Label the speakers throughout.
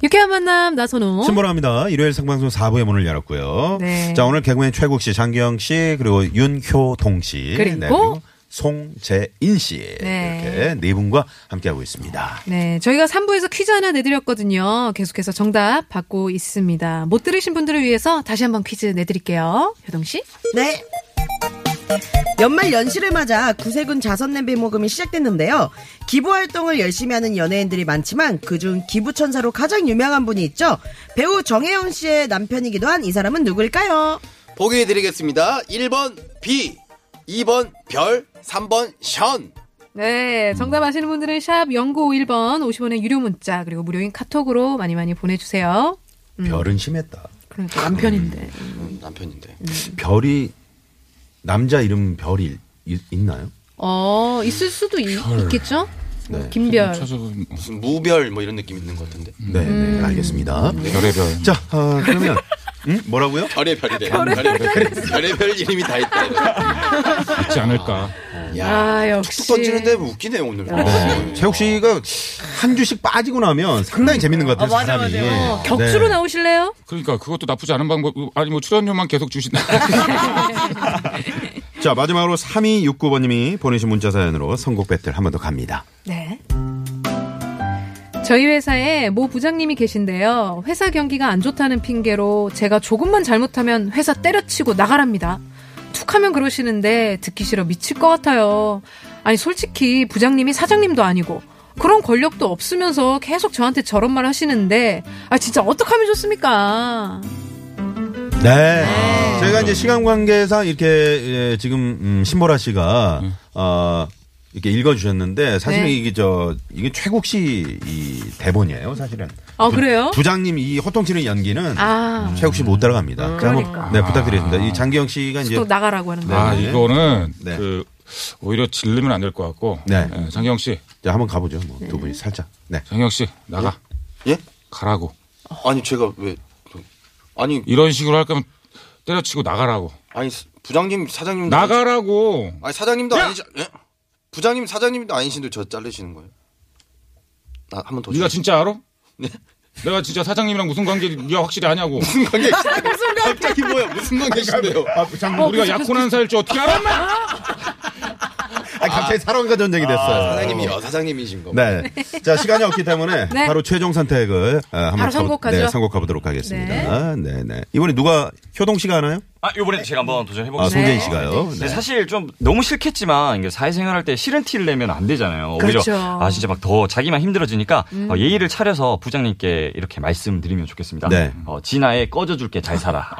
Speaker 1: 유쾌한 만남 나선호.
Speaker 2: 뭐-
Speaker 3: 신보라입니다. 일요일 생방송 4부의 문을 열었고요.
Speaker 1: 어? 네.
Speaker 3: 자, 오늘 개그맨 최국 씨, 장기영 씨, 그리고 윤효동 씨, 네,
Speaker 1: 그리고
Speaker 3: 송재인 씨
Speaker 1: 네.
Speaker 3: 이렇게 네 분과 함께하고 있습니다.
Speaker 1: 네, 저희가 3부에서 퀴즈 하나 내드렸거든요. 계속해서 정답 받고 있습니다. 못 들으신 분들을 위해서 다시 한번 퀴즈 내드릴게요. 효동 씨.
Speaker 4: 네. 연말 연시를 맞아 구세군 자선냄비 모금이 시작됐는데요. 기부 활동을 열심히 하는 연예인들이 많지만 그중 기부천사로 가장 유명한 분이 있죠. 배우 정혜영 씨의 남편이기도 한 이 사람은 누구일까요?
Speaker 5: 보기 드리겠습니다. 1번 비, 2번 별, 3번 션.
Speaker 1: 네, 정답 아시는 분들은 샵 0951번 50원의 유료 문자 그리고 무료인 카톡으로 많이 많이 보내주세요. 음.
Speaker 3: 별은 심했다.
Speaker 1: 그러니까 남편인데.
Speaker 5: 음, 남편인데.
Speaker 3: 별이 남자 이름 별이 있- 있나요?
Speaker 1: 어, 있을 수도 있, 겠죠
Speaker 3: 네.
Speaker 1: 김별.
Speaker 5: 무슨 무별 뭐 이런 느낌 있는 것 같은데.
Speaker 3: 네, 네, 알겠습니다.
Speaker 6: 별의 별.
Speaker 3: 자, 아, 그러면 음? 뭐라고요?
Speaker 5: 별의 별이래. 별의 별. 별의 별 이름이 다
Speaker 3: 아,
Speaker 5: 있다.
Speaker 6: 있지 않을까.
Speaker 5: 야.
Speaker 1: 아,
Speaker 5: 툭
Speaker 1: 역시.
Speaker 5: 던지는데 뭐 웃기네 오늘.
Speaker 6: 아,
Speaker 3: 어, 최욱 씨가 한 주씩 빠지고 나면 상당히 재밌는 것 같아요. 사람이.
Speaker 1: 어, 격주로
Speaker 3: 네.
Speaker 1: 나오실래요?
Speaker 6: 그러니까 그것도 나쁘지 않은 방법. 아니 뭐 출연료만 계속 주신다.
Speaker 3: 네. 자, 마지막으로 3269번님이 보내신 문자 사연으로 선곡 배틀 한 번 더 갑니다.
Speaker 1: 네. 저희 회사에 모 부장님이 계신데요. 회사 경기가 안 좋다는 핑계로 제가 조금만 잘못하면 회사 때려치고 나가랍니다. 툭 하면 그러시는데 듣기 싫어 미칠 것 같아요. 아니, 솔직히 부장님이 사장님도 아니고 그런 권력도 없으면서 계속 저한테 저런 말 하시는데 아, 진짜 어떡하면 좋습니까?
Speaker 3: 네.
Speaker 1: 아.
Speaker 3: 저희가 이제 시간 관계상 이렇게 예, 지금 음, 신보라 씨가 어, 이렇게 읽어주셨는데 사실
Speaker 1: 음. 네.
Speaker 3: 이게 저 이게 최국 씨이 대본이에요 사실은.
Speaker 1: 아,
Speaker 3: 부-
Speaker 1: 그래요?
Speaker 3: 부장님 이 호통치는 연기는
Speaker 1: 아.
Speaker 3: 최국 씨 못 따라갑니다. 그래서 한번,
Speaker 1: 그러니까.
Speaker 3: 네 부탁드리겠습니다. 이 장기영 씨가 이제
Speaker 1: 또 나가라고 하는 거예요.
Speaker 6: 아
Speaker 3: 네.
Speaker 6: 이거는
Speaker 3: 네.
Speaker 6: 그 오히려 질르면 안 될 것 같고.
Speaker 3: 네.
Speaker 6: 예, 장경 씨,
Speaker 3: 이제 한번 가보죠. 뭐 두 분이 살짝. 네.
Speaker 6: 장경 씨 나가
Speaker 5: 예?
Speaker 6: 가라고.
Speaker 5: 아니 제가 왜? 저- 아니
Speaker 6: 이런 식으로 할 거면 때려치고 나가라고.
Speaker 5: 아니 부장님 사장님
Speaker 6: 나가라고.
Speaker 5: 아니 사장님도 아니지. 예? 부장님 사장님도 아니신데 저 자르시는 거예요? 나 한 번 더.
Speaker 6: 네가
Speaker 5: 주-
Speaker 6: 진짜 알아?
Speaker 5: 네?
Speaker 6: 내가 진짜 사장님이랑 무슨 관계 네가 확실히 아냐고.
Speaker 5: 무슨 관계? 갑자기 뭐야? 무슨 관계신데요?
Speaker 6: 우리가 약혼한 사이일 줄 어떻게 알아? 인마?
Speaker 3: 아 갑자기 사랑과 전쟁이 됐어요.
Speaker 5: 사장님이 여사장님이신 거.
Speaker 3: 네. 자, 시간이 없기 때문에
Speaker 1: 네.
Speaker 3: 바로 최종 선택을 어, 한번
Speaker 1: 바로
Speaker 3: 가보-
Speaker 1: 선곡하죠.
Speaker 3: 네, 선곡해 보도록 하겠습니다. 네. 네, 이번에 누가 효동 씨가 하나요?
Speaker 7: 아, 네. 요번에 제가 한번
Speaker 3: 아,
Speaker 7: 도전해보겠습니다.
Speaker 3: 송재인 씨가요.
Speaker 7: 근데 사실 좀 너무 싫겠지만 이게 사회생활 할 때 싫은 티를 내면 안 되잖아요. 오히려
Speaker 1: 그렇죠.
Speaker 7: 아 진짜 막 더 자기만 힘들어지니까 어, 예의를 차려서 부장님께 이렇게 말씀드리면 좋겠습니다.
Speaker 3: 네.
Speaker 7: 어, 진아의 꺼져줄게 잘 살아.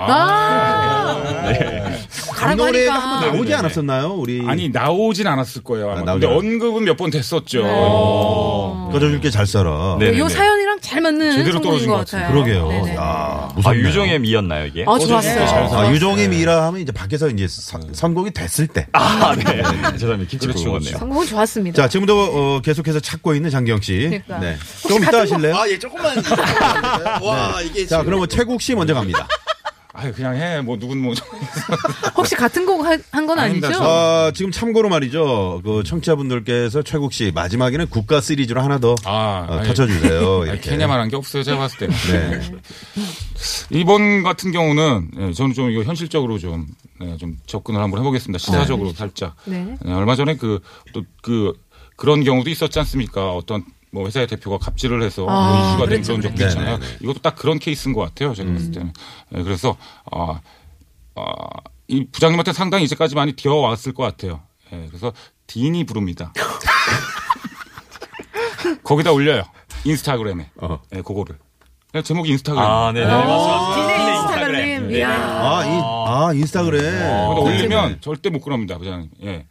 Speaker 6: 네.
Speaker 3: 이
Speaker 1: 가라고
Speaker 3: 노래가
Speaker 1: 하니까.
Speaker 3: 한번 나오지 않았었나요? 우리
Speaker 6: 아니 나오진 않았을 거예요. 아마.
Speaker 3: 아, 나오지
Speaker 6: 근데
Speaker 3: 않았- 네.
Speaker 6: 언급은 몇 번 됐었죠.
Speaker 3: 꺼져줄게 잘 살아.
Speaker 7: 네.
Speaker 1: 요
Speaker 7: 네네네.
Speaker 1: 사연이랑 잘 맞는
Speaker 6: 제대로
Speaker 1: 성공인
Speaker 6: 떨어진
Speaker 1: 것
Speaker 6: 것 같아요.
Speaker 1: 같아요.
Speaker 3: 그러게요.
Speaker 1: 네네.
Speaker 3: 야,
Speaker 7: 아
Speaker 3: 무섭네요.
Speaker 7: 유종의 미였나요 이게?
Speaker 1: 아, 좋았어요.
Speaker 3: 아, 유종의 미라 하면 이제 밖에서 이제 선- 선곡이 됐을 때.
Speaker 7: 아 네. 죄송합니다. 김치
Speaker 6: 그렇죠,
Speaker 7: 부르고 왔네요.
Speaker 1: 성공은 어, 좋았습니다.
Speaker 3: 자, 지금도 어, 계속해서 찾고 있는 장기영 씨.
Speaker 1: 그러니까.
Speaker 3: 네. 조금 이따 하실래요?
Speaker 5: 아, 예, 조금만. 와, 이게.
Speaker 3: 네. 자,
Speaker 5: 지금-
Speaker 3: 그러면 최국 씨 먼저 갑니다.
Speaker 6: 아 그냥 해. 뭐 누군 뭐.
Speaker 1: 혹시 같은 곡 한 건
Speaker 6: 아닙니다.
Speaker 1: 아니죠?
Speaker 6: 저-
Speaker 3: 아, 지금 참고로 말이죠. 그 청취자분들께서 최국 씨 마지막에는 국가 시리즈로 하나 더
Speaker 6: 아,
Speaker 3: 어,
Speaker 6: 아니,
Speaker 3: 터쳐주세요.
Speaker 6: 아니,
Speaker 3: 이렇게.
Speaker 6: 케냐만 한 게 없어요. 제가 봤을 때는.
Speaker 3: 네.
Speaker 6: 이번 같은 경우는 예, 저는 좀 이거 현실적으로 좀, 예, 좀 접근을 한번 해보겠습니다. 시사적으로 살짝.
Speaker 1: 네.
Speaker 6: 예, 얼마 전에 그 또 그 그런 경우도 있었지 않습니까? 어떤 뭐 회사의 대표가 갑질을 해서 뭐
Speaker 1: 아,
Speaker 6: 이슈가 된
Speaker 1: 그랬죠,
Speaker 6: 그런 적도
Speaker 3: 그랬죠.
Speaker 6: 있잖아요.
Speaker 3: 네네네. 음.
Speaker 6: 이것도 딱 그런 케이스인 것 같아요. 제가 봤을 때는. 예, 그래서 아, 아, 이 부장님한테 상당히 이제까지 많이 기어왔을 것 같아요. 예, 그래서 디인이 부릅니다. 거기다 올려요. 인스타그램에.
Speaker 3: 어.
Speaker 6: 예, 그거를. 그냥 제목이 인스타그램.
Speaker 7: 아 네. 네. 맞습니다.
Speaker 1: 디네 인스타그램. 이야.
Speaker 3: 아, 이, 아 인스타그램.
Speaker 6: 거기다
Speaker 3: 네.
Speaker 6: 올리면 절대 못 그럽니다, 부장님. 예.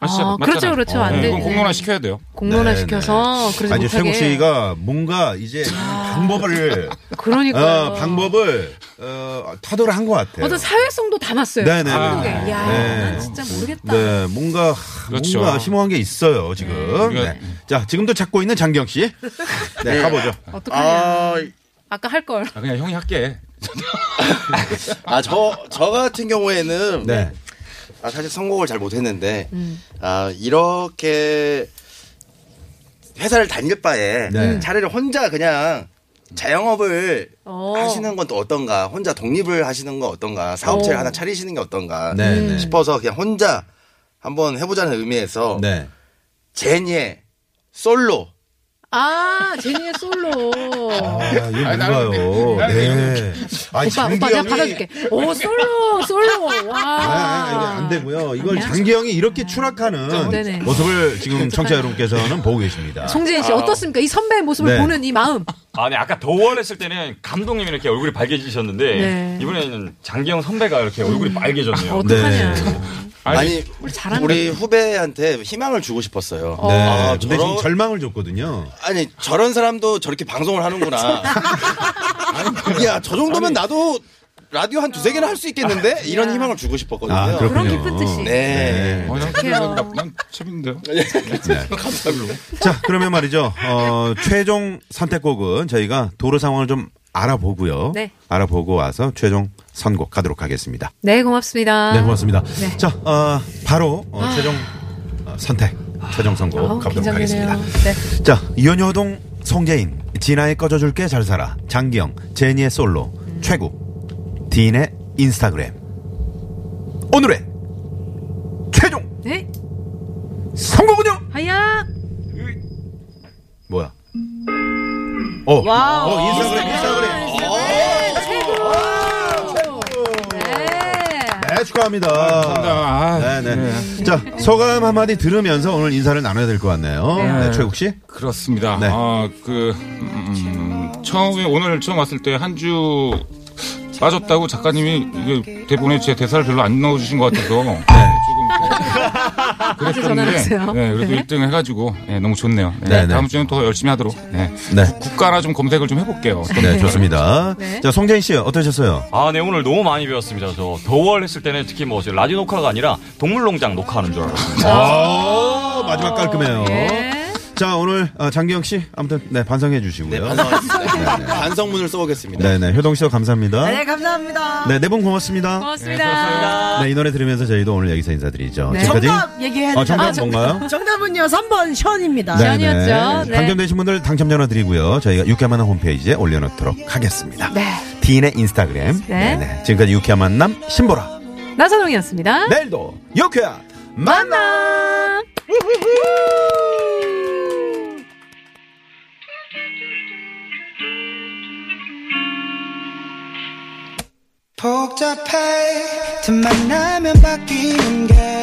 Speaker 6: 아시죠?
Speaker 1: 아,
Speaker 6: 맞잖아요.
Speaker 1: 그렇죠, 그렇죠. 안
Speaker 6: 네,
Speaker 1: 되지.
Speaker 6: 이건 공론화 시켜야 돼요.
Speaker 1: 공론화 시켜서 그러지
Speaker 3: 네, 아니
Speaker 1: 못하게.
Speaker 3: 최국 씨가
Speaker 5: 예.
Speaker 3: 뭔가 이제
Speaker 5: 아.
Speaker 3: 방법을
Speaker 1: 그러니까
Speaker 3: 어, 방법을 어, 타도를 한 것 같아요.
Speaker 1: 어떤 사회성도 담았어요.
Speaker 3: 네네네.
Speaker 1: 한국에.
Speaker 3: 아,
Speaker 1: 야,
Speaker 3: 네.
Speaker 1: 난 진짜 모르겠다.
Speaker 3: 네, 뭔가 하,
Speaker 6: 그렇죠.
Speaker 3: 뭔가 심오한 게 있어요 지금.
Speaker 6: 우리가-
Speaker 3: 네. 자, 지금도 찾고 있는 장경 씨. 네, 가보죠. 아.
Speaker 5: 아,
Speaker 1: 어떡하냐. 아까 할 걸.
Speaker 6: 아, 그냥 형이 할게.
Speaker 5: 아저 저 같은 경우에는
Speaker 3: 네,
Speaker 5: 아, 사실 성공을 잘 못했는데
Speaker 1: 음.
Speaker 5: 아 이렇게 회사를 다닐 바에
Speaker 3: 네.
Speaker 5: 차라리 혼자 그냥 자영업을
Speaker 1: 어.
Speaker 5: 하시는 건 또 어떤가 혼자 독립을 하시는 건 어떤가 사업체를 하나 차리시는 게 어떤가
Speaker 3: 네, 네.
Speaker 5: 싶어서 그냥 혼자 한번 해보자는 의미에서
Speaker 3: 네.
Speaker 5: 제니의 솔로
Speaker 1: 아, 제니의 솔로.
Speaker 3: 아, 이거
Speaker 6: 아니,
Speaker 3: 뭔가요?
Speaker 6: 나는-
Speaker 3: 네. 아니,
Speaker 1: 오빠, 오빠, 내가 받아줄게. 오, 솔로, 솔로. 와.
Speaker 3: 아, 아, 이게 안 되고요. 이걸 장기영이 이렇게 추락하는
Speaker 1: 네네.
Speaker 3: 모습을 지금 청취자 여러분께서는 보고 계십니다.
Speaker 1: 송재인 씨, 어떻습니까? 이 선배의 모습을
Speaker 3: 아. 네.
Speaker 1: 보는 이 마음.
Speaker 7: 아, 네, 아까 도월 했을 때는 감독님이 이렇게 얼굴이 밝아지셨는데
Speaker 1: 네.
Speaker 7: 이번에는 장기영 선배가 이렇게 얼굴이
Speaker 1: 아,
Speaker 7: 빨개졌네요.
Speaker 1: 어떡하냐.
Speaker 6: 아니,
Speaker 5: 아니
Speaker 1: 우리 잘한다.
Speaker 5: 우리 후배한테 희망을 주고 싶었어요.
Speaker 3: 네.
Speaker 5: 아,
Speaker 3: 근데
Speaker 5: 저런-
Speaker 3: 지금 절망을 줬거든요.
Speaker 5: 아니 저런 사람도 저렇게 방송을 하는구나. 야 저 정도면 나도 라디오 한 두세 개나 할 수 있겠는데 이런 희망을 주고 싶었거든요.
Speaker 3: 아,
Speaker 1: 그런
Speaker 3: 그렇군요.
Speaker 1: 기쁜 뜻이.
Speaker 5: 네.
Speaker 6: 어, 형
Speaker 1: 착해요.
Speaker 6: 나- 난 첩인데요. 네.
Speaker 3: 자, 그러면 말이죠. 어, 최종 선택곡은 저희가 도로 상황을 좀 알아보고요.
Speaker 1: 네.
Speaker 3: 알아보고 와서 최종 선곡 가도록 하겠습니다.
Speaker 1: 네, 고맙습니다.
Speaker 3: 네, 고맙습니다.
Speaker 1: 네.
Speaker 3: 자, 어, 바로 어, 최종 어, 선택, 최종 선곡
Speaker 1: 어우,
Speaker 3: 가도록
Speaker 1: 긴장되네요.
Speaker 3: 하겠습니다.
Speaker 1: 네.
Speaker 3: 자, 이현효동, 송재인, 진아의 꺼져줄게 잘 살아, 장기영, 제니의 솔로,
Speaker 1: 음.
Speaker 3: 최국, 디인의 인스타그램. 오늘의 최종
Speaker 1: 네?
Speaker 3: 선곡은요?
Speaker 1: 하야!
Speaker 3: 뭐야? 어,
Speaker 1: 와우.
Speaker 3: 어 인스타그램, 인스타그램.
Speaker 1: 네.
Speaker 3: 네, 축하합니다.
Speaker 6: 아,
Speaker 3: 네네. 자, 소감 한마디 들으면서 오늘 인사를 나눠야 될 것 같네요. 네. 최국 씨.
Speaker 6: 그렇습니다.
Speaker 3: 네.
Speaker 6: 아, 그, 음, 처음에 오늘 처음 왔을 때 한 주 빠졌다고 작가님이 이게 대본에 제 대사를 별로 안 넣어주신 것 같아서
Speaker 3: 네.
Speaker 6: 조금
Speaker 1: 전화하세요.
Speaker 6: 그랬었는데 네, 그래도
Speaker 1: 네.
Speaker 6: 1등 해가지고 네, 너무 좋네요. 네,
Speaker 3: 네, 네.
Speaker 6: 다음 주에는 더 열심히 하도록 네.
Speaker 3: 네.
Speaker 6: 국가나 좀 검색을 좀 해볼게요. 어떤
Speaker 3: 네, 좋습니다.
Speaker 1: 네.
Speaker 3: 자, 송재인 씨 어떠셨어요?
Speaker 7: 아, 네, 오늘 너무 많이 배웠습니다. 저 도월 했을 때는 특히 뭐 이제 라디오 녹화가 아니라 동물농장 녹화하는 줄 알았습니다.
Speaker 3: 아, 마지막 깔끔해요.
Speaker 1: 예.
Speaker 3: 자, 오늘 어, 장기영 씨 아무튼 네, 반성해
Speaker 5: 네,
Speaker 3: 주시고요.
Speaker 5: 반성하겠습니다. 반성문을 써오겠습니다.
Speaker 3: 네, 네. 효동 씨도 감사합니다.
Speaker 4: 네, 감사합니다.
Speaker 3: 네, 네 분 고맙습니다.
Speaker 1: 고맙습니다.
Speaker 3: 네, 이 노래 들으면서 저희도 오늘 여기서 인사드리죠.
Speaker 1: 네.
Speaker 3: 지금까지
Speaker 4: 정답 얘기해야
Speaker 3: 어, 정답
Speaker 4: 되잖아요.
Speaker 3: 뭔가요?
Speaker 4: 정답은요, 3번 션입니다.
Speaker 3: 네,
Speaker 1: 시연이었죠. 네.
Speaker 3: 당첨되신 분들 당첨 전화 드리고요. 저희가 유쾌한 만남 홈페이지에 올려놓도록 하겠습니다.
Speaker 1: 네.
Speaker 3: 디인의 인스타그램.
Speaker 1: 네.
Speaker 3: 네네. 지금까지 유쾌한 만남 신보라.
Speaker 1: 나선홍이었습니다.
Speaker 3: 내일도 유쾌한 만남!
Speaker 8: 복잡해 틈만 나면 바뀌는 게